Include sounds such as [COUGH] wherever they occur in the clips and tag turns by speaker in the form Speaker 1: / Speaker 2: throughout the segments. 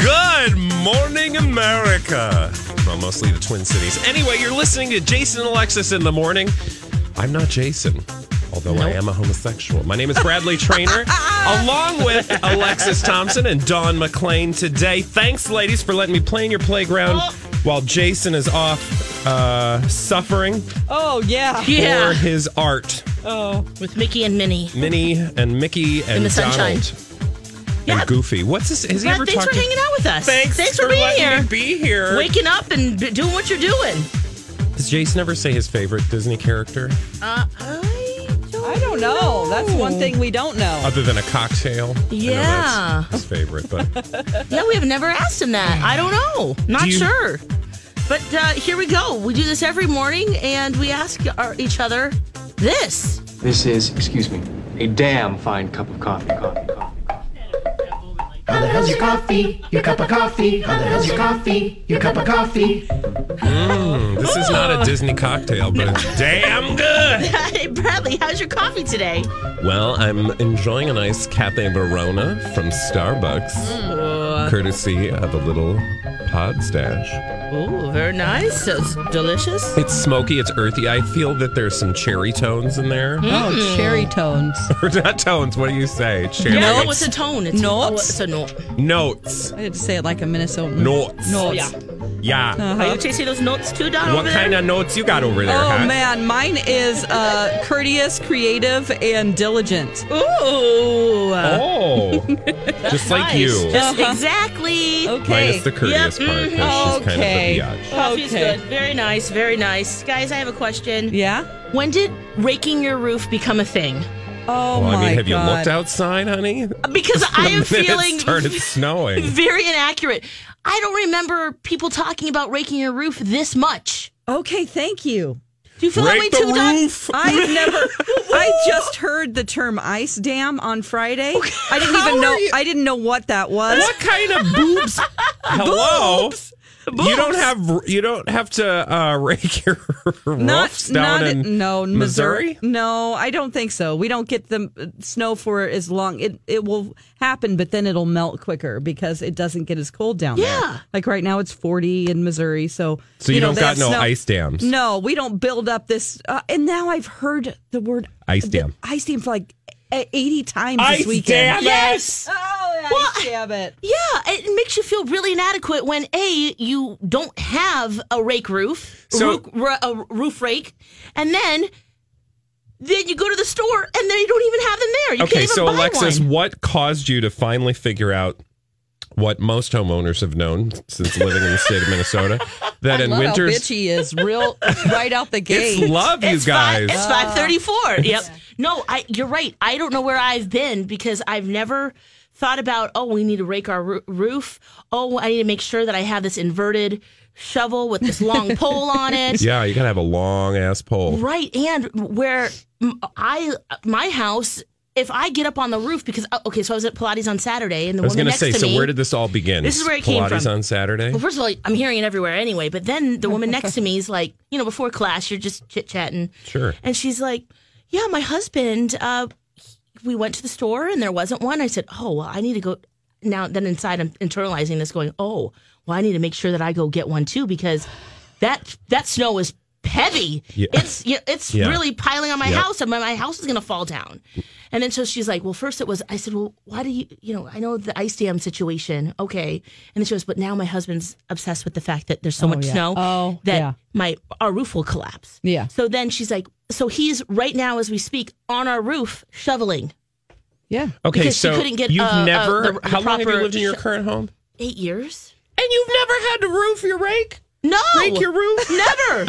Speaker 1: Good morning, America. Well, mostly the Twin Cities. Anyway, you're listening to Jason and Alexis in the morning. I'm not Jason, although I am a homosexual. My name is Bradley
Speaker 2: [LAUGHS]
Speaker 1: Trainer, along with Alexis Thompson and Dawn McLean today. Thanks, ladies, for letting me play in your playground
Speaker 2: Oh.
Speaker 1: while Jason is off uh, suffering
Speaker 3: Oh yeah.
Speaker 1: for his art.
Speaker 3: Oh,
Speaker 2: with Mickey and Minnie.
Speaker 1: Minnie and Mickey and
Speaker 2: the sunshine.
Speaker 1: Donald
Speaker 2: Yeah.
Speaker 1: and Goofy. What's this? Has he
Speaker 2: Brad,
Speaker 1: ever
Speaker 2: thanks
Speaker 1: talked
Speaker 2: for
Speaker 1: to-
Speaker 2: hanging out with us.
Speaker 1: Thanks,
Speaker 2: for, being
Speaker 1: letting
Speaker 2: here.
Speaker 1: me be here.
Speaker 2: Waking up and b- doing what you're doing.
Speaker 1: Does Jason ever say his favorite Disney character
Speaker 2: Uh, I don't,
Speaker 3: I don't know. That's one thing we don't know.
Speaker 1: other than a cocktail? I know
Speaker 2: Yeah.
Speaker 1: that's his favorite. But
Speaker 2: Yeah, we have never asked him that. I don't know. Not
Speaker 1: you-
Speaker 2: sure. But uh, here we go. We do this every morning, and we ask our, each other this. [LAUGHS]
Speaker 4: This is, excuse me, a damn fine cup of coffee. Coffee, coffee, coffee.
Speaker 5: How the hell's your coffee? Your cup of coffee? How the hell's your coffee? Your cup of coffee?
Speaker 1: this is
Speaker 2: Oh.
Speaker 1: not a Disney cocktail, but it's damn good.
Speaker 2: hey, Bradley, how's your coffee today?
Speaker 1: Well, I'm enjoying a nice Cafe Verona from Starbucks,
Speaker 2: Mm.
Speaker 1: courtesy of a little pod stash.
Speaker 2: Ooh, very nice. It's delicious.
Speaker 1: It's smoky, it's earthy. I feel that there's some cherry tones in there.
Speaker 2: Hmm?
Speaker 3: Oh, cherry tones.
Speaker 1: [LAUGHS] Or not tones, what do you say? Cherry
Speaker 2: Yeah, no, it's a tone. It's
Speaker 3: Notes?
Speaker 2: Oh, it's a note.
Speaker 1: notes.
Speaker 3: [LAUGHS] I had to say it like a Minnesotan.
Speaker 1: Notes.
Speaker 3: Notes.
Speaker 2: Yeah.
Speaker 1: Oh, Yeah.
Speaker 2: Are you tasting those notes too, Don?
Speaker 1: What kind of notes you got over there, huh?
Speaker 3: Oh man, mine is uh, courteous, creative, and diligent.
Speaker 2: Ooh. uh, [LAUGHS]
Speaker 1: Oh, just like
Speaker 2: Nice.
Speaker 1: you.
Speaker 2: Just
Speaker 3: Uh-huh.
Speaker 2: exactly.
Speaker 3: Okay.
Speaker 1: Minus the courteous
Speaker 2: Yep,
Speaker 1: part,
Speaker 2: mhm.
Speaker 1: because she's kind of
Speaker 3: Okay.
Speaker 1: a biatch.
Speaker 2: Coffee's
Speaker 3: Okay.
Speaker 2: good. Very nice. Very nice. Guys, I have a question.
Speaker 3: Yeah.
Speaker 2: When did raking your roof become a thing?
Speaker 3: Oh
Speaker 1: well,
Speaker 3: my
Speaker 1: I mean, have
Speaker 3: god.
Speaker 1: you looked outside, honey?
Speaker 2: Because I
Speaker 1: [LAUGHS] The
Speaker 2: am
Speaker 1: minute
Speaker 2: feeling
Speaker 1: It started snowing.
Speaker 3: [LAUGHS]
Speaker 2: very inaccurate. I don't remember people talking about raking your roof this much.
Speaker 3: Okay, thank you.
Speaker 2: Do you feel
Speaker 1: Rake
Speaker 2: that way too,
Speaker 1: the
Speaker 2: Don?
Speaker 1: roof. [LAUGHS]
Speaker 3: I've never. I just heard the term ice dam on Friday. I didn't
Speaker 1: How
Speaker 3: even know.
Speaker 1: are you-
Speaker 3: I didn't know what that was.
Speaker 1: What kind of boobs? Hello. You don't have you don't have to uh, [LAUGHS] rake your roofs down in
Speaker 3: no
Speaker 1: Missouri?
Speaker 3: No, I don't think so. We don't get the uh, snow for as long. It it will happen, but then it'll melt quicker because it doesn't get as cold down
Speaker 2: Yeah.
Speaker 3: there. Like right now, it's forty in Missouri, so
Speaker 1: So you
Speaker 3: know,
Speaker 1: don't
Speaker 3: they
Speaker 1: got
Speaker 3: have
Speaker 1: no
Speaker 3: snow.
Speaker 1: ice dams.
Speaker 3: No, we don't build up this. Uh, and now I've heard the word
Speaker 1: Ice
Speaker 3: the
Speaker 1: dam.
Speaker 3: Ice dam for like e- eighty times
Speaker 1: Ice
Speaker 3: this weekend.
Speaker 1: dam.
Speaker 2: Yes.
Speaker 3: Oh, ice dam it.
Speaker 2: Yeah, it makes you feel really inadequate when a you don't have a rake roof,
Speaker 1: So-
Speaker 2: roo- r- a roof rake, and then then you go to the store and they don't even have them there. You
Speaker 1: Okay,
Speaker 2: can't even
Speaker 1: so
Speaker 2: buy
Speaker 1: Alexis,
Speaker 2: one.
Speaker 1: what caused you to finally figure out what most homeowners have known since living in the state of
Speaker 3: [LAUGHS]
Speaker 1: Minnesota that in
Speaker 3: Love how
Speaker 1: winters
Speaker 3: bitchy he
Speaker 1: [LAUGHS]
Speaker 3: is real right out the gate.
Speaker 1: it's love, you
Speaker 2: It's five-
Speaker 1: guys.
Speaker 2: it's five thirty-four. Yep. No, I. You're right. I don't know where I've been because I've never thought about. Oh, we need to rake our roo- roof. Oh, I need to make sure that I have this inverted shovel with this long pole on it.
Speaker 1: Yeah, you gotta have a long ass pole.
Speaker 2: Right, and where m- I my house, if I get up on the roof because oh, okay, so I was at Pilates on Saturday, and the
Speaker 1: I was
Speaker 2: woman
Speaker 1: gonna
Speaker 2: next
Speaker 1: say,
Speaker 2: to
Speaker 1: so
Speaker 2: me.
Speaker 1: where did this all begin?
Speaker 2: This is where it came
Speaker 1: Pilates
Speaker 2: from.
Speaker 1: on Saturday.
Speaker 2: well, first of all, I'm hearing it everywhere anyway. But then the woman next to me is like, you know, before class, you're just chit chatting.
Speaker 1: Sure.
Speaker 2: And she's like, "Yeah, my husband. Uh, he- we went to the store and there wasn't one." I said, "Oh, well, I need to go." Now then, inside I'm internalizing this, going, "Oh, well, I need to make sure that I go get one too because that that snow is heavy.
Speaker 1: Yeah.
Speaker 2: It's yeah, it's
Speaker 1: Yeah.
Speaker 2: really piling on my
Speaker 1: Yeah.
Speaker 2: house, and my, my house is gonna fall down. And then so she's like, well, first it was. I said, well, why do you? You know, I know the ice dam situation. Okay. And then she goes, but now my husband's obsessed with the fact that there's so much
Speaker 3: yeah.
Speaker 2: snow
Speaker 3: Oh,
Speaker 2: that
Speaker 3: yeah.
Speaker 2: my our roof will collapse.
Speaker 3: Yeah.
Speaker 2: So then she's like, so he's right now as we speak on our roof shoveling.
Speaker 3: Yeah.
Speaker 1: Okay,
Speaker 2: Because she
Speaker 1: so
Speaker 2: couldn't get,
Speaker 1: you've
Speaker 2: uh, uh,
Speaker 1: never.
Speaker 2: the- the
Speaker 1: how long have you
Speaker 2: proper
Speaker 1: lived in your
Speaker 2: sh-
Speaker 1: current home?
Speaker 2: Eight years.
Speaker 1: And you've never had to roof your rake,
Speaker 2: No.
Speaker 1: rake your roof.
Speaker 2: [LAUGHS] Never.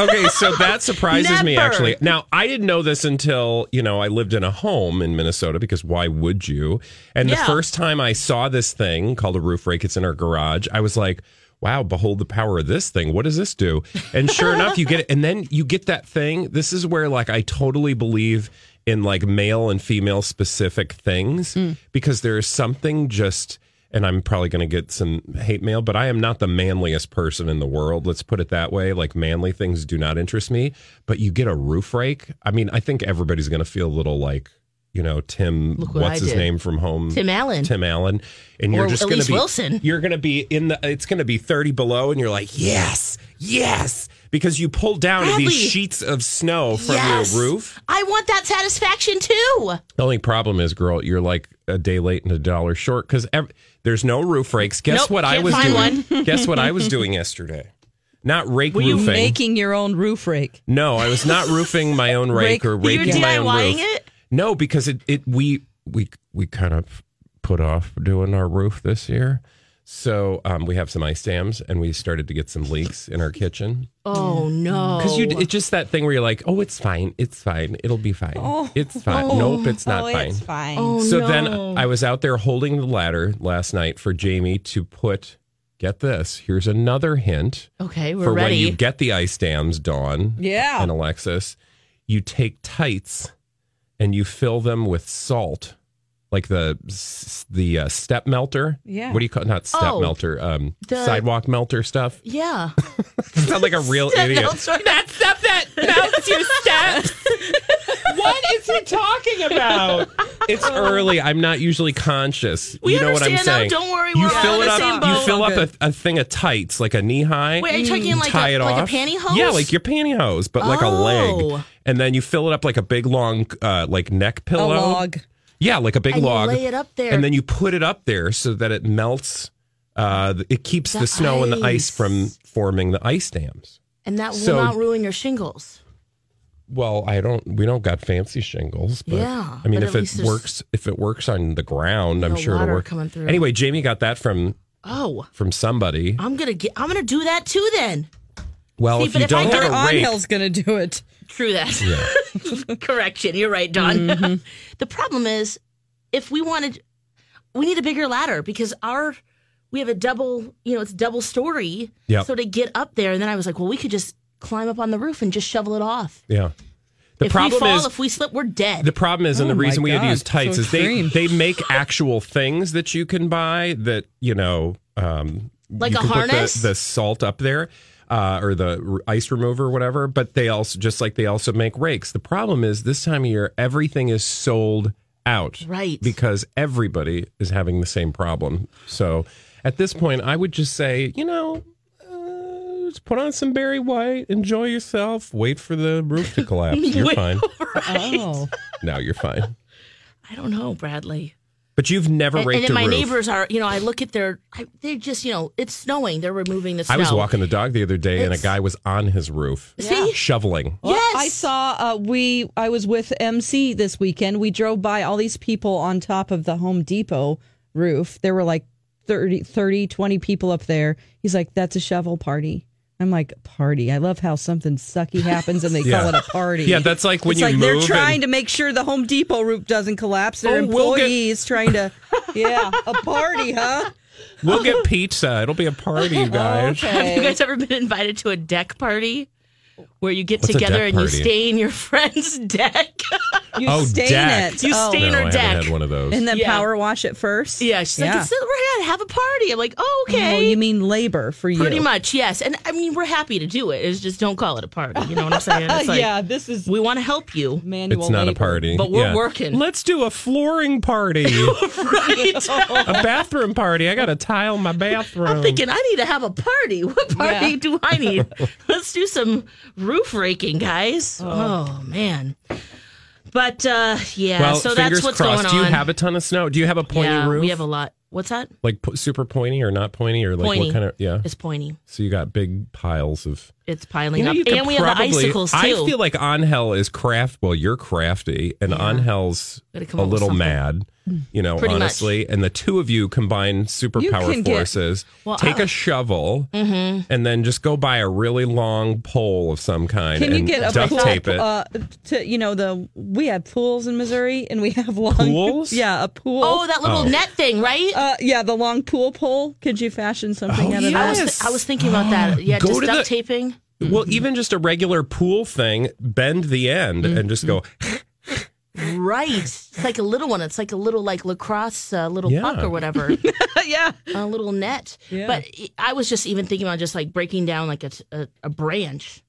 Speaker 1: okay, so that surprises me
Speaker 2: Never.
Speaker 1: actually. Now, I didn't know this until, you know, I lived in a home in Minnesota because why would you? And the
Speaker 2: Yeah.
Speaker 1: first time I saw this thing called a roof rake, it's in our garage, I was like, wow, behold the power of this thing. What does this do? And sure enough, you get it. And then you get that thing. This is where, like, I totally believe in like male and female specific things
Speaker 2: Mm.
Speaker 1: because there is something just and I'm probably going to get some hate mail, but I am not the manliest person in the world. Let's put it that way. Like manly things do not interest me, but you get a roof rake. I mean, I think everybody's going to feel a little like, you know, Tim,
Speaker 2: Look what
Speaker 1: what's
Speaker 2: I
Speaker 1: his
Speaker 2: did.
Speaker 1: name from home?
Speaker 2: Tim Allen.
Speaker 1: Tim Allen. And you're
Speaker 2: Or
Speaker 1: just going to
Speaker 2: Elise
Speaker 1: be,
Speaker 2: Wilson.
Speaker 1: you're going to be in the, it's going to be 30 below and you're like, yes, yes. Because you pull down
Speaker 2: Bradley.
Speaker 1: these sheets of snow from
Speaker 2: Yes.
Speaker 1: your roof.
Speaker 2: I want that satisfaction too.
Speaker 1: The only problem is, girl, you're like a day late and a dollar short because ev- there's no roof rakes. Guess
Speaker 2: Nope,
Speaker 1: what I
Speaker 2: can't
Speaker 1: was
Speaker 2: find [LAUGHS]
Speaker 1: doing? Guess what I was doing yesterday? Not rake
Speaker 3: Were you
Speaker 1: roofing.
Speaker 3: making your own roof rake?
Speaker 1: no, I was
Speaker 2: [LAUGHS]
Speaker 1: not roofing my own rake,
Speaker 3: Rake-
Speaker 1: or
Speaker 2: You're
Speaker 1: raking my own
Speaker 2: DIYing
Speaker 1: roof.
Speaker 2: it?
Speaker 1: No, because it, it we we we kind of put off doing our roof this year. So um, we have some ice dams, and we started to get some leaks in our kitchen.
Speaker 2: Oh no.
Speaker 1: Because you, it's just that thing where you're like, oh, it's fine, it's fine, it'll be fine,
Speaker 2: Oh.
Speaker 1: it's fine. nope, it's not fine.
Speaker 3: Oh, fine.
Speaker 1: So then I was out there holding the ladder last night for Jamie to put. Get this. Here's another hint
Speaker 2: Okay, we're
Speaker 1: for when
Speaker 2: ready.
Speaker 1: you get the ice dams, Dawn
Speaker 3: Yeah.
Speaker 1: and Alexis. You take tights and you fill them with salt, like the s- the uh, step melter.
Speaker 3: Yeah.
Speaker 1: What do you call not step
Speaker 2: Oh,
Speaker 1: melter? Um,
Speaker 2: the-
Speaker 1: sidewalk melter stuff. [LAUGHS]
Speaker 2: yeah.
Speaker 1: You sound like a real idiot.
Speaker 2: That's stuff that melts your steps.
Speaker 1: What is he talking about? [LAUGHS] It's early. I'm not usually conscious.
Speaker 2: We
Speaker 1: you know what I'm
Speaker 2: understand now.
Speaker 1: saying.
Speaker 2: Don't worry,
Speaker 1: You
Speaker 2: we're all
Speaker 1: fill
Speaker 2: in
Speaker 1: it
Speaker 2: the
Speaker 1: up.
Speaker 2: same
Speaker 1: You
Speaker 2: boat.
Speaker 1: fill
Speaker 3: All
Speaker 1: up a, a thing of tights, like a knee high.
Speaker 2: Wait, are you talking like
Speaker 1: tie
Speaker 2: a-
Speaker 1: it
Speaker 2: like a
Speaker 1: off.
Speaker 2: pantyhose?
Speaker 1: Yeah, like your pantyhose, but like a leg.
Speaker 2: Oh.
Speaker 1: And then you fill it up like a big long, uh, like neck
Speaker 3: A
Speaker 1: pillow.
Speaker 3: log.
Speaker 1: Yeah, like a big
Speaker 2: And you
Speaker 1: log.
Speaker 2: lay it up there.
Speaker 1: and then you put it up there so that it melts. Uh, it keeps the,
Speaker 2: The
Speaker 1: snow and the ice
Speaker 2: ice.
Speaker 1: from forming the ice dams.
Speaker 2: And that will
Speaker 1: So-
Speaker 2: not ruin your shingles.
Speaker 1: Well, I don't. We don't got fancy shingles, but
Speaker 2: Yeah,
Speaker 1: I mean, if
Speaker 2: but at
Speaker 1: it
Speaker 2: least there's-
Speaker 1: works, if it works on the ground, I'm
Speaker 2: No
Speaker 1: sure it'll
Speaker 2: water
Speaker 1: work.
Speaker 2: coming through.
Speaker 1: Anyway, Jamie got that from
Speaker 2: Oh,
Speaker 1: from somebody.
Speaker 2: I'm gonna get. I'm gonna do that too. Then
Speaker 1: Well,
Speaker 2: See,
Speaker 1: if
Speaker 2: but
Speaker 1: you
Speaker 2: if I
Speaker 1: don't
Speaker 2: got
Speaker 1: have a rake,
Speaker 3: Onhill's going to do it.
Speaker 2: true that. [LAUGHS] Correction. You're right, Don. [LAUGHS] the problem is, if we wanted, we need a bigger ladder because our we have a double. You know, it's double story.
Speaker 1: Yep.
Speaker 2: So to get up there, and then I was like, well, we could just climb up on the roof and just shovel it off.
Speaker 1: yeah. The
Speaker 2: if
Speaker 1: problem
Speaker 2: we fall,
Speaker 1: is
Speaker 2: if we slip, we're dead.
Speaker 1: the problem is, and the
Speaker 3: Oh my
Speaker 1: reason we had to
Speaker 3: God,
Speaker 1: use tights
Speaker 3: so
Speaker 1: is they
Speaker 3: extreme.
Speaker 1: they make actual things that you can buy that you know, um,
Speaker 2: Like
Speaker 1: you
Speaker 2: a
Speaker 1: can put the-
Speaker 2: harness?
Speaker 1: the, salt up there. Uh, or the r- ice remover, or whatever. But they also just like they also make rakes. The problem is this time of year, everything is sold out.
Speaker 2: Right.
Speaker 1: because everybody is having the same problem. So at this point, I would just say, you know, uh, just put on some Barry White, enjoy yourself, wait for the roof to
Speaker 2: [LAUGHS]
Speaker 1: collapse. You're fine.
Speaker 3: [LAUGHS] Oh.
Speaker 1: No, you're fine.
Speaker 2: I don't know, Bradley.
Speaker 1: But you've never
Speaker 2: And, and
Speaker 1: raked
Speaker 2: then
Speaker 1: a
Speaker 2: my
Speaker 1: roof.
Speaker 2: neighbors are, you know, I look at their, I, they just, you know, it's snowing. They're removing the snow.
Speaker 1: I was walking the dog the other day, and a
Speaker 2: It's-
Speaker 1: guy was on his roof
Speaker 2: See?
Speaker 1: shoveling.
Speaker 2: Yes.
Speaker 3: I saw uh, we I was with MC this weekend. We drove by all these people on top of the Home Depot roof. There were like 30, 30 20 people up there. He's like, that's a shovel party. I'm like, party. I love how something sucky happens and they
Speaker 1: [LAUGHS] Yeah.
Speaker 3: call it a party.
Speaker 1: Yeah, that's like when
Speaker 3: it's
Speaker 1: you
Speaker 3: like
Speaker 1: move
Speaker 3: they're trying
Speaker 1: and-
Speaker 3: to make sure the Home Depot roof doesn't collapse. Their
Speaker 1: Oh, we'll get-
Speaker 3: employees trying to Yeah, a
Speaker 1: [LAUGHS]
Speaker 3: party, huh?
Speaker 1: We'll
Speaker 2: [LAUGHS]
Speaker 1: get pizza. It'll be a party, you guys.
Speaker 2: Have Oh, you guys ever been invited to a deck party where you get
Speaker 1: What's a
Speaker 2: together
Speaker 1: deck
Speaker 2: and you [LAUGHS]
Speaker 1: party?
Speaker 2: stay in your friend's deck?
Speaker 3: [LAUGHS] You
Speaker 1: Oh,
Speaker 3: stain
Speaker 1: deck.
Speaker 3: it.
Speaker 2: You
Speaker 3: oh.
Speaker 2: stain
Speaker 1: no,
Speaker 2: her
Speaker 1: I haven't
Speaker 2: deck.
Speaker 1: had one of those.
Speaker 3: And then
Speaker 2: Yeah.
Speaker 3: power wash it first.
Speaker 2: Yeah, she's like, it's, we're gonna have a party. I'm like, oh, okay.
Speaker 3: Oh, you mean labor for you?
Speaker 2: Pretty much, yes. And I mean, we're happy to do it. It's just don't call it a party. You know what I'm saying?
Speaker 3: [LAUGHS]
Speaker 2: It's like,
Speaker 3: yeah, this is
Speaker 2: We want to help you.
Speaker 3: [LAUGHS] manual.
Speaker 1: it's not a
Speaker 3: labor.
Speaker 1: party.
Speaker 2: But we're working.
Speaker 1: Let's do a flooring
Speaker 2: [LAUGHS]
Speaker 1: party,
Speaker 2: Right? [LAUGHS]
Speaker 1: a bathroom party. I got to tile my bathroom.
Speaker 2: I'm thinking I need to have a party. [LAUGHS] What party
Speaker 3: Yeah.
Speaker 2: do
Speaker 1: [LAUGHS]
Speaker 2: I need? Let's do some roof raking, guys. Oh, man. But uh, yeah,
Speaker 1: well,
Speaker 2: so
Speaker 1: fingers
Speaker 2: that's what's
Speaker 1: crossed.
Speaker 2: going
Speaker 1: Do
Speaker 2: on.
Speaker 1: you have a ton of snow? Do you have a pointy
Speaker 2: yeah,
Speaker 1: roof?
Speaker 2: we have a lot. What's that?
Speaker 1: like po- super pointy or not pointy or like
Speaker 2: Pointy.
Speaker 1: what kind of yeah?
Speaker 2: It's pointy.
Speaker 1: So you got big piles of.
Speaker 2: It's piling
Speaker 1: You know,
Speaker 2: up,
Speaker 1: you could
Speaker 2: and we have the
Speaker 1: probably-
Speaker 2: icicles too.
Speaker 1: I feel like Angel is craft. Well, you're crafty, and Angel's
Speaker 2: Gotta come
Speaker 1: a
Speaker 2: up with
Speaker 1: little
Speaker 2: something.
Speaker 1: mad. You know,
Speaker 2: Pretty much.
Speaker 1: honestly, and the two of you combine superpower
Speaker 3: can get-
Speaker 1: forces.
Speaker 2: Well, uh, Mm-hmm.
Speaker 1: take
Speaker 2: I-
Speaker 1: a shovel and then just go buy a really long pole of some kind.
Speaker 3: Can you
Speaker 1: and
Speaker 3: get a
Speaker 1: duct
Speaker 3: pool?
Speaker 1: tape it?
Speaker 3: Uh, to you know the we have pools in Missouri and we have long
Speaker 1: Pools?
Speaker 3: [LAUGHS] Yeah, a pool.
Speaker 2: oh, that little
Speaker 1: Oh.
Speaker 2: net thing, right?
Speaker 3: uh, yeah, the long pool pole. Could you fashion something
Speaker 1: Oh,
Speaker 3: out of
Speaker 2: I
Speaker 3: that?
Speaker 2: was
Speaker 1: yes.
Speaker 2: I was thinking about that. Yeah,
Speaker 1: Oh. Go
Speaker 2: just
Speaker 1: to
Speaker 2: duct
Speaker 1: the-
Speaker 2: taping.
Speaker 1: Well, even just a regular pool thing, bend the end
Speaker 2: Mm-hmm.
Speaker 1: and just
Speaker 2: [LAUGHS]
Speaker 1: go.
Speaker 2: Right. It's like a little one. It's like a little like lacrosse uh, little
Speaker 1: Yeah.
Speaker 2: puck
Speaker 1: [LAUGHS]
Speaker 2: or whatever,
Speaker 3: [LAUGHS] yeah.
Speaker 2: a little net.
Speaker 3: Yeah.
Speaker 2: But e, I was just even thinking about just like breaking down like a, a, a branch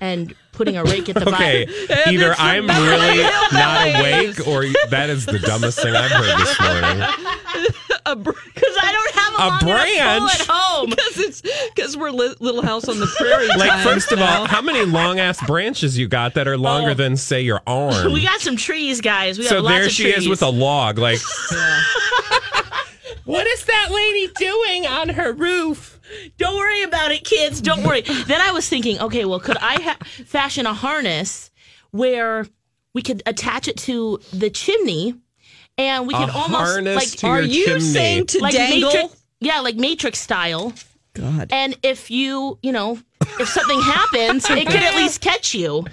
Speaker 2: and putting a rake at the [LAUGHS]
Speaker 1: Okay,
Speaker 2: bottom.
Speaker 1: either I'm
Speaker 2: [LAUGHS]
Speaker 1: really not awake or that is the dumbest thing I've heard this morning.
Speaker 3: A br-
Speaker 2: Because I don't have a,
Speaker 1: A
Speaker 2: long enough
Speaker 1: branch?
Speaker 2: pole at home.
Speaker 3: Because we're li- Little House on the Prairie.
Speaker 1: Like,
Speaker 3: times
Speaker 1: first of
Speaker 3: now.
Speaker 1: all, how many long ass branches you got that are longer
Speaker 2: Oh.
Speaker 1: than, say, your arm?
Speaker 2: [LAUGHS] We got some trees, guys. We got
Speaker 1: so
Speaker 2: lots
Speaker 1: there
Speaker 2: of
Speaker 1: she
Speaker 2: trees.
Speaker 1: is with a log. Like, [LAUGHS] what is that lady doing on her roof?
Speaker 2: Don't worry about it, kids.
Speaker 1: [LAUGHS]
Speaker 2: Don't worry. then I was thinking, okay, well, could I ha- fashion a harness where we could attach it to the chimney and we
Speaker 1: A
Speaker 2: could almost
Speaker 1: harness
Speaker 2: like
Speaker 1: to
Speaker 3: are
Speaker 1: your
Speaker 3: you
Speaker 1: chimney.
Speaker 3: saying to
Speaker 2: like
Speaker 3: dangle?
Speaker 2: matrix, yeah, like matrix style.
Speaker 3: God.
Speaker 2: And if you, you know, if something happens, it could
Speaker 3: [LAUGHS]
Speaker 2: at least catch you.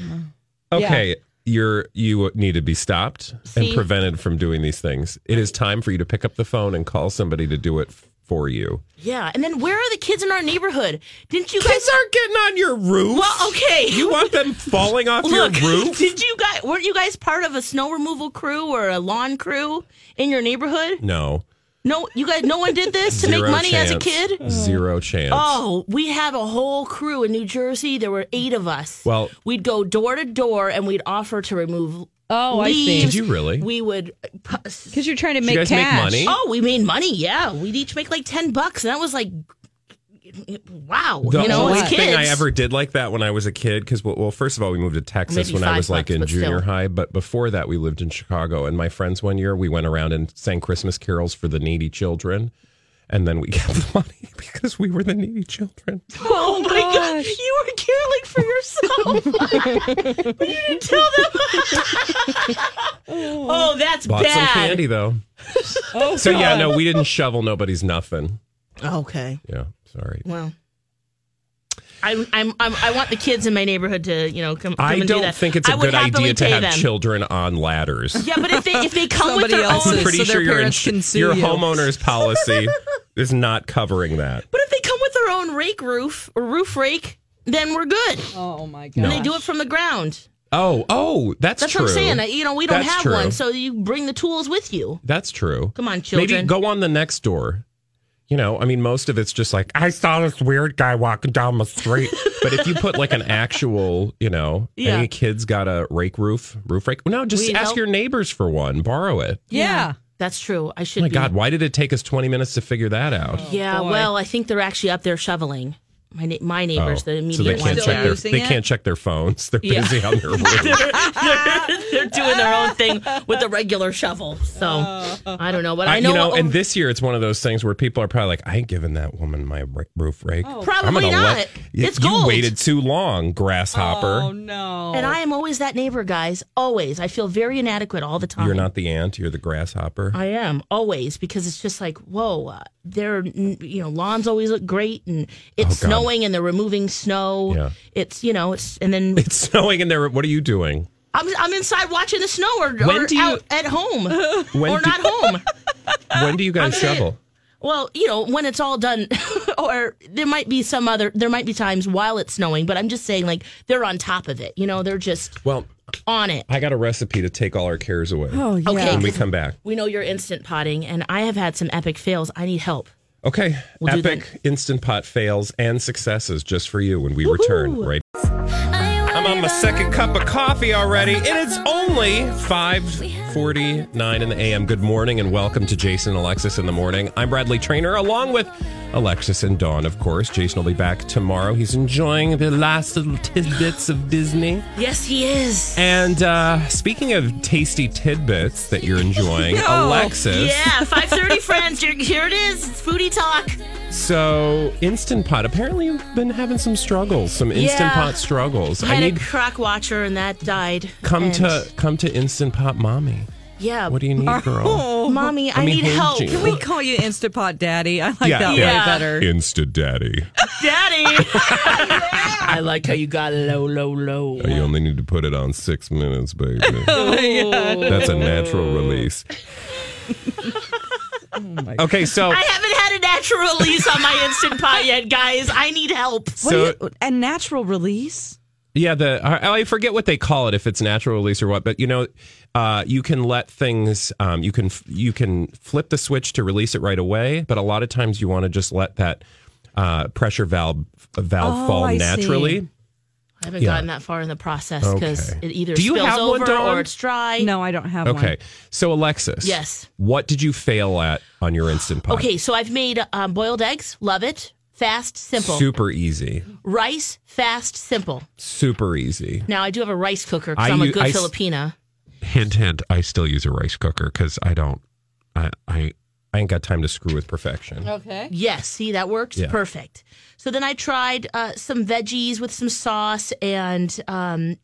Speaker 1: Okay. You're you need to be stopped and
Speaker 2: See?
Speaker 1: prevented from doing these things. It is time for you to pick up the phone and call somebody to do it f- for you.
Speaker 2: Yeah. And then where are the kids in our neighborhood? Didn't you guys
Speaker 1: Kids aren't getting on your roof.
Speaker 2: Well, okay.
Speaker 1: You
Speaker 2: [LAUGHS]
Speaker 1: want them [LAUGHS] falling off
Speaker 2: Look,
Speaker 1: your roof?
Speaker 2: [LAUGHS] did you guys weren't you guys part of a snow removal crew or a lawn crew in your neighborhood?
Speaker 1: No.
Speaker 2: No, you guys, no one did
Speaker 1: [LAUGHS]
Speaker 2: this to
Speaker 1: Zero
Speaker 2: make money as a
Speaker 1: chance.
Speaker 2: kid.
Speaker 1: Zero chance.
Speaker 2: Oh, we had a whole crew in New Jersey. There were eight of us.
Speaker 1: Well-
Speaker 2: we'd go door to door and we'd offer to remove.
Speaker 3: Oh, I see.
Speaker 2: leaves.
Speaker 1: Did you really?
Speaker 2: We would. uh,
Speaker 3: Because you're trying to make
Speaker 1: you guys make
Speaker 3: cash.
Speaker 1: money?
Speaker 2: Oh, we made money. Yeah, we'd each make like ten bucks, and that was like, wow.
Speaker 1: The
Speaker 2: you know,
Speaker 1: only
Speaker 2: as kids.
Speaker 1: thing I ever did like that when I was a kid, because well, well, first of all, we moved to Texas
Speaker 2: Maybe
Speaker 1: when I
Speaker 2: five
Speaker 1: was like
Speaker 2: bucks,
Speaker 1: in
Speaker 2: but still.
Speaker 1: junior high, but before that, we lived in Chicago. And my friends one year, we went around and sang Christmas carols for the needy children, and then we [LAUGHS] got the money because we were the needy children.
Speaker 2: Oh my god,
Speaker 3: gosh.
Speaker 2: you were caroling for
Speaker 1: [LAUGHS]
Speaker 2: yourself. But you didn't tell them. oh, that's
Speaker 1: Bought
Speaker 2: bad.
Speaker 1: some candy
Speaker 2: [LAUGHS]
Speaker 1: though.
Speaker 3: Oh,
Speaker 1: So yeah,
Speaker 3: God.
Speaker 1: no, we didn't shovel nobody's nothing.
Speaker 2: Okay.
Speaker 1: Yeah, sorry.
Speaker 2: Well, I'm, I'm, I'm, I want the kids in my neighborhood to, you know, come. come
Speaker 1: I
Speaker 2: and do
Speaker 1: don't
Speaker 2: that.
Speaker 1: think it's a
Speaker 2: I would
Speaker 1: good
Speaker 2: happily
Speaker 1: idea to
Speaker 2: pay
Speaker 1: have
Speaker 2: them.
Speaker 1: children on ladders.
Speaker 2: Yeah, but if they if they come with
Speaker 3: Somebody
Speaker 2: their
Speaker 3: else's.
Speaker 2: own,
Speaker 1: I'm pretty
Speaker 3: So their
Speaker 1: sure your,
Speaker 3: parents can
Speaker 1: ins-
Speaker 3: sue
Speaker 1: your
Speaker 3: you.
Speaker 1: homeowner's
Speaker 2: [LAUGHS]
Speaker 1: policy is not covering that.
Speaker 2: but if they come with their own rake roof or roof rake, then we're good.
Speaker 3: Oh, my God.
Speaker 2: They do it from the ground.
Speaker 1: Oh, oh, that's,
Speaker 2: That's
Speaker 1: true.
Speaker 2: what I'm saying. I- You know, we don't
Speaker 1: That's
Speaker 2: have
Speaker 1: true.
Speaker 2: one, so you bring the tools with you.
Speaker 1: That's true.
Speaker 2: Come on, children.
Speaker 1: Maybe go on the next door. You know, I mean, most of it's just like I saw this weird guy walking down the
Speaker 2: [LAUGHS]
Speaker 1: street. but if you put like an actual, you know,
Speaker 2: Yeah.
Speaker 1: any kids got a rake roof, roof rake? No, just
Speaker 2: We
Speaker 1: ask
Speaker 2: help.
Speaker 1: your neighbors for one. Borrow it.
Speaker 3: Yeah.
Speaker 2: That's true. I should.
Speaker 1: Oh my
Speaker 2: be.
Speaker 1: God, why did it take us twenty minutes to figure that out?
Speaker 2: Yeah.
Speaker 3: boy.
Speaker 2: Well, I think they're actually up there shoveling. My na- my
Speaker 1: Oh,
Speaker 2: neighbors,
Speaker 1: so
Speaker 2: the
Speaker 1: they
Speaker 2: immediate
Speaker 1: can't
Speaker 2: ones.
Speaker 3: Still
Speaker 1: check
Speaker 2: Yeah.
Speaker 1: their
Speaker 3: using
Speaker 1: they
Speaker 3: it?
Speaker 1: can't check their phones. They're
Speaker 2: Yeah.
Speaker 1: busy
Speaker 2: [LAUGHS]
Speaker 1: on their roof.
Speaker 2: they're, [LAUGHS] they're doing their own thing with a regular shovel. So I don't know, but I,
Speaker 1: I-
Speaker 2: know.
Speaker 1: you know, and
Speaker 2: oh,
Speaker 1: this year it's one of those things where people are probably like, "I ain't giving that woman my ra- roof rake."
Speaker 2: Probably
Speaker 1: I'm gonna
Speaker 2: not.
Speaker 1: let-
Speaker 2: It's
Speaker 1: you
Speaker 2: gold.
Speaker 1: waited too long, grasshopper.
Speaker 3: Oh, no.
Speaker 2: And I am always that neighbor, guys. Always. I feel very inadequate all the time.
Speaker 1: You're not the ant. You're the grasshopper.
Speaker 2: I am always because it's just like whoa, uh, they're n- you know lawns always look great and it's
Speaker 1: Oh, God.
Speaker 2: snowing and they're removing snow.
Speaker 1: Yeah.
Speaker 2: It's you know it's and
Speaker 1: [LAUGHS]
Speaker 2: then
Speaker 1: it's snowing in there. What are you doing?
Speaker 2: I'm I'm inside watching the snow or,
Speaker 1: When
Speaker 2: or
Speaker 1: do you-
Speaker 2: out at home
Speaker 1: [LAUGHS] When
Speaker 2: or
Speaker 1: do-
Speaker 2: not uh, home.
Speaker 1: When do you guys shovel?
Speaker 2: Well, you know when it's all done [LAUGHS] or there might be some other. There might be times while it's snowing, but I'm just saying like they're on top of it. You know, they're just
Speaker 1: Well,
Speaker 2: on it.
Speaker 1: I got a recipe to take all our cares away. Oh,
Speaker 3: yeah.
Speaker 2: Okay.
Speaker 1: When we come back.
Speaker 2: We know you're instant potting, and I have had some epic fails. I need help.
Speaker 1: Okay.
Speaker 2: We'll do
Speaker 1: Epic instant pot fails and successes just for you when we return, right? I'm on my second cup of coffee already, and it's only 5:49 in the a.m. Good morning, and welcome to Jason and Alexis in the morning. I'm Bradley Trainer, along with Alexis and Dawn, of course. Jason will be back tomorrow. He's enjoying the last little tidbits of Disney.
Speaker 2: Yes, he is.
Speaker 1: And uh, speaking of tasty tidbits that you're enjoying,
Speaker 2: [LAUGHS]
Speaker 1: Alexis.
Speaker 2: Oh,
Speaker 1: [LAUGHS]
Speaker 2: Yeah, 5:30, friends. Here, here it is. It's foodie talk.
Speaker 1: So, Instant Pot. Apparently, you've been having some struggles, some Instant
Speaker 2: Yeah.
Speaker 1: Pot struggles.
Speaker 2: I
Speaker 1: I
Speaker 2: had
Speaker 1: need
Speaker 2: a crock watcher, and that died.
Speaker 1: come
Speaker 2: And-
Speaker 1: to come to Instant Pot, mommy.
Speaker 2: yeah.
Speaker 1: What do you
Speaker 2: [LAUGHS]
Speaker 1: need, girl?
Speaker 2: mommy? I,
Speaker 1: mean,
Speaker 2: need
Speaker 1: hey,
Speaker 2: help,
Speaker 1: Jean.
Speaker 3: Can we call you Instapot Daddy? I like that
Speaker 2: yeah.
Speaker 3: way better.
Speaker 1: Insta Daddy.
Speaker 2: [LAUGHS] daddy. I like how you got low, low, low.
Speaker 1: You only need to put it on six minutes,
Speaker 2: [LAUGHS]
Speaker 1: baby.
Speaker 2: Oh
Speaker 1: That's a natural release. [LAUGHS] okay, so
Speaker 2: I haven't had a natural release on my instant pot yet, guys. I need help.
Speaker 3: What do
Speaker 1: so
Speaker 3: you- a natural release?
Speaker 1: Yeah, the I I forget what they call it if it's natural release or what, but you know, uh, you can let things um, you can you can flip the switch to release it right away, but a lot of times you want to just let that uh, pressure valve valve
Speaker 3: Oh,
Speaker 1: fall
Speaker 3: I see.
Speaker 1: naturally.
Speaker 2: I haven't gotten that far in the process because
Speaker 1: Okay.
Speaker 2: it either
Speaker 1: Do you
Speaker 2: spills
Speaker 1: have one,
Speaker 2: over
Speaker 1: Dawn?
Speaker 2: or it's dry.
Speaker 3: No, I don't have one.
Speaker 1: Okay, so Alexis,
Speaker 2: Yes.
Speaker 1: what did you fail at on your instant pot?
Speaker 2: Okay, so I've made um, boiled eggs. Love it. Fast, simple.
Speaker 1: super easy,
Speaker 2: Rice, fast, simple.
Speaker 1: super easy.
Speaker 2: Now I do have a rice cooker
Speaker 1: I
Speaker 2: because I'm a
Speaker 1: u-
Speaker 2: good
Speaker 1: I s-
Speaker 2: Filipina.
Speaker 1: Hint, hint. I still use a rice cooker because I don't, I, I, I ain't got time to screw with perfection.
Speaker 3: Okay.
Speaker 2: Yes, see that works
Speaker 1: Yeah.
Speaker 2: perfect. So then I tried uh, some veggies with some sauce and um,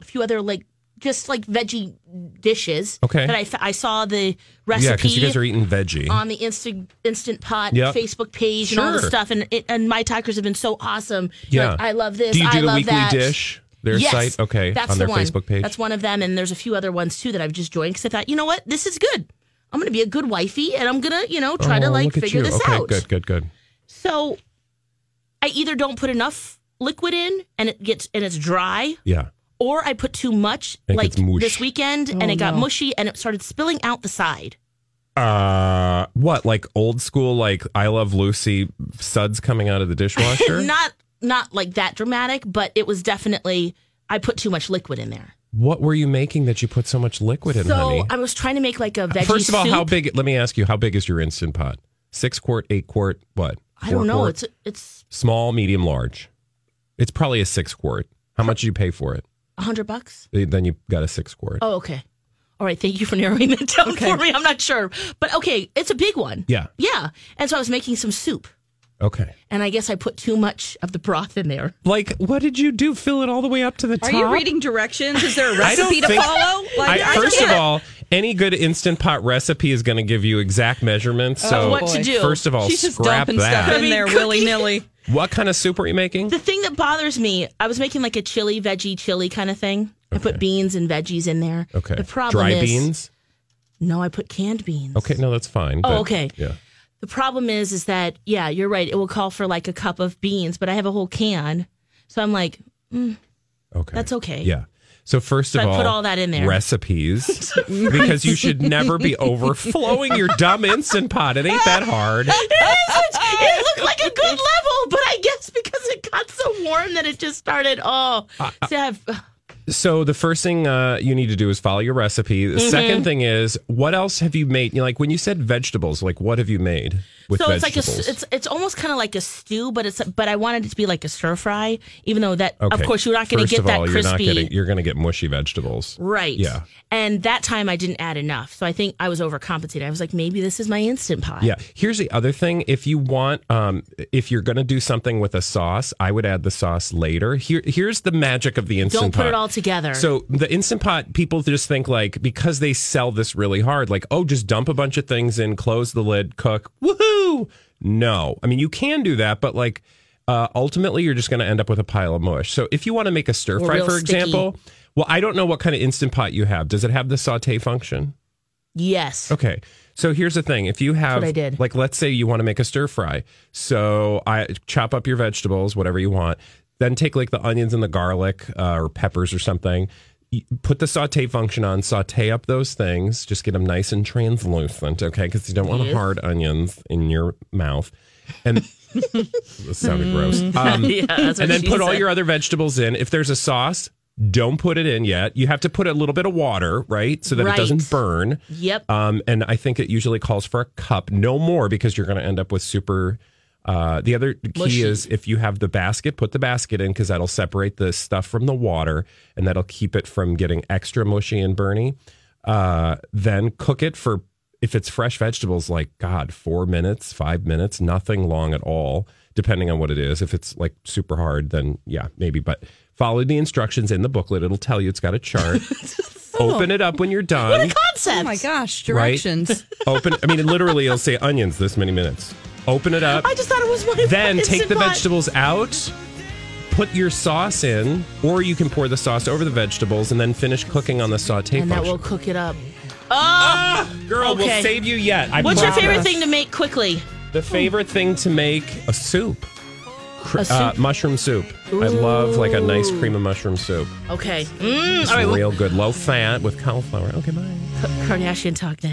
Speaker 2: a few other like just like veggie dishes.
Speaker 1: Okay.
Speaker 2: that I, f- I saw the
Speaker 1: Yeah,
Speaker 2: recipe
Speaker 1: because you guys are eating veggie.
Speaker 2: on the instant instant pot
Speaker 1: Yep.
Speaker 2: Facebook page and all this
Speaker 1: Sure.
Speaker 2: stuff, and it, and my talkers have been so awesome. You're
Speaker 1: Yeah,
Speaker 2: like, I love this.
Speaker 1: Do you do
Speaker 2: I
Speaker 1: the
Speaker 2: love
Speaker 1: weekly
Speaker 2: that.
Speaker 1: dish? Their
Speaker 2: yes,
Speaker 1: site, okay,
Speaker 2: that's
Speaker 1: on their
Speaker 2: the one.
Speaker 1: Facebook page.
Speaker 2: That's one of them, and there's a few other ones too that I've just joined because I thought, you know what, this is good. I'm gonna be a good wifey, and I'm gonna, you know, try to
Speaker 1: Oh,
Speaker 2: like
Speaker 1: look at
Speaker 2: figure
Speaker 1: you.
Speaker 2: this
Speaker 1: okay,
Speaker 2: out.
Speaker 1: Good, good, good.
Speaker 2: So I either don't put enough liquid in and it gets and it's dry,
Speaker 1: Yeah.
Speaker 2: or I put too much
Speaker 1: It
Speaker 2: like
Speaker 1: gets mush.
Speaker 2: this weekend and it got mushy and it started spilling out the side.
Speaker 1: Uh, what like old school like I Love Lucy suds coming out of the dishwasher?
Speaker 2: [LAUGHS] Not not like that dramatic, but it was definitely I put too much liquid in there.
Speaker 1: what were you making that you put so much liquid in,
Speaker 2: so
Speaker 1: honey?
Speaker 2: I was trying to make like a veggie
Speaker 1: First of all,
Speaker 2: soup.
Speaker 1: how big? Let me ask you, how big is your instant pot? Six quart, eight quart, what?
Speaker 2: I
Speaker 1: Four
Speaker 2: don't know.
Speaker 1: quart?
Speaker 2: It's it's
Speaker 1: small, medium, large. It's probably a six quart. How much did you pay for it?
Speaker 2: a hundred bucks.
Speaker 1: Then you got a six quart.
Speaker 2: Oh, okay. All right, thank you for narrowing that down for me. I'm not sure. But okay, it's a big one.
Speaker 1: Yeah.
Speaker 2: Yeah. And so I was making some soup
Speaker 1: Okay.
Speaker 2: and I guess I put too much of the broth in there.
Speaker 1: Like, what did you do? Fill it all the way up to the
Speaker 3: Are
Speaker 1: top?
Speaker 3: you reading directions? Is there
Speaker 1: [LAUGHS]
Speaker 3: a
Speaker 1: I don't
Speaker 3: recipe to
Speaker 1: think-
Speaker 3: follow? Like,
Speaker 1: I, first of
Speaker 3: can't-
Speaker 1: all, any good instant pot recipe is going to give you exact measurements. So,
Speaker 2: Oh, what to do.
Speaker 1: First of all,
Speaker 3: she's just
Speaker 1: scrap
Speaker 3: dumping stuff
Speaker 1: that.
Speaker 3: in there willy nilly.
Speaker 1: What kind of soup are you making?
Speaker 2: The thing that bothers me, I was making like a chili veggie chili kind of thing. I put beans and veggies in there.
Speaker 1: Okay.
Speaker 2: The problem
Speaker 1: Dry
Speaker 2: is
Speaker 1: beans.
Speaker 2: no, I put canned beans.
Speaker 1: Okay, no, that's fine. but-
Speaker 2: Oh, okay.
Speaker 1: Yeah.
Speaker 2: The problem is, is that yeah, you're right. It will call for like a cup of beans, but I have a whole can, so I'm like,
Speaker 1: Okay.
Speaker 2: That's okay. [LAUGHS]
Speaker 1: Yeah. So first of
Speaker 2: I
Speaker 1: all,
Speaker 2: put all that in there. [LAUGHS]
Speaker 1: recipes because you should never be overflowing your dumb instant pot. It ain't that hard.
Speaker 2: it looked like a good level, but I guess because it got so warm that it just started. Oh, see, I've,
Speaker 1: So the first thing uh, you need to do is follow your recipe. The
Speaker 2: Mm-hmm.
Speaker 1: second thing is, what else have you made? You know, like when you said vegetables, like what have you made with
Speaker 2: so it's like a
Speaker 1: vegetables?
Speaker 2: s- it's it's almost kind of like a stew, but it's but I wanted it to be like a stir fry, even though that of course you're not going
Speaker 1: First
Speaker 2: to get
Speaker 1: of
Speaker 2: that
Speaker 1: all,
Speaker 2: crispy.
Speaker 1: You're, not getting, you're going to get mushy vegetables.
Speaker 2: Right.
Speaker 1: Yeah.
Speaker 2: And that time I didn't add enough. So I think I was overcompensating. I was like, maybe this is my instant pot.
Speaker 1: Yeah. Here's the other thing. If you want, um, if you're going to do something with a sauce, I would add the sauce later. Here, here's the magic of the instant
Speaker 2: Don't put
Speaker 1: pot.
Speaker 2: it all together.
Speaker 1: So the instant pot, people just think like because they sell this really hard, like oh, just dump a bunch of things in, close the lid, cook, woohoo. No, I mean you can do that, but like uh, ultimately you're just going to end up with a pile of mush. So if you want to make a stir
Speaker 2: Or
Speaker 1: fry,
Speaker 2: real
Speaker 1: for
Speaker 2: sticky.
Speaker 1: example, well, I don't know what kind of instant pot you have. Does it have the saute function?
Speaker 2: yes.
Speaker 1: Okay. So here's the thing: if you have,
Speaker 2: what I did.
Speaker 1: like, let's say you want to make a stir fry, so I chop up your vegetables, whatever you want, then take like the onions and the garlic uh, or peppers or something. y- Put the saute function on, saute up those things. Just get them nice and translucent, okay? Because you don't want hard onions in your mouth. And [LAUGHS] that sounded gross.
Speaker 2: [LAUGHS]
Speaker 1: Um,
Speaker 2: yeah, that's what
Speaker 1: and then
Speaker 2: Mm. she
Speaker 1: put all
Speaker 2: said.
Speaker 1: your other vegetables in. If there's a sauce, don't put it in yet. You have to put a little bit of water, right? So that
Speaker 2: Right.
Speaker 1: it doesn't burn.
Speaker 2: Yep.
Speaker 1: Um, and I think it usually calls for a cup, no more, because you're going to end up with super. Uh, the other key
Speaker 2: Mushy.
Speaker 1: is if you have the basket, put the basket in because that'll separate the stuff from the water and that'll keep it from getting extra mushy and burny. Uh, then cook it for, if it's fresh vegetables, like God, four minutes, five minutes, nothing long at all, depending on what it is. If it's like super hard, then yeah, maybe. But follow the instructions in the booklet. It'll tell you it's got a
Speaker 2: [LAUGHS]
Speaker 1: chart. Open it up when you're done
Speaker 2: concept.
Speaker 3: Oh my gosh,
Speaker 1: Right?
Speaker 3: directions.
Speaker 1: open i mean literally it'll say onions this many minutes open it up
Speaker 2: I just thought it was my
Speaker 1: then
Speaker 2: instant
Speaker 1: take the
Speaker 2: pot.
Speaker 1: vegetables out put your sauce in or you can pour the sauce over the vegetables and then finish cooking on the saute
Speaker 2: and that will
Speaker 1: function
Speaker 2: cook it up.
Speaker 1: girl
Speaker 2: okay.
Speaker 1: we'll save you yet I
Speaker 2: What's your
Speaker 1: promise.
Speaker 2: favorite thing to make quickly?
Speaker 1: the favorite thing to make a soup Cr-
Speaker 2: A
Speaker 1: Uh,
Speaker 2: soup?
Speaker 1: mushroom soup i love like a nice cream of mushroom soup
Speaker 2: Okay. Mm, all
Speaker 1: it's
Speaker 2: right. Well,
Speaker 1: real good low fat with cauliflower okay bye
Speaker 2: Kardashian talk now.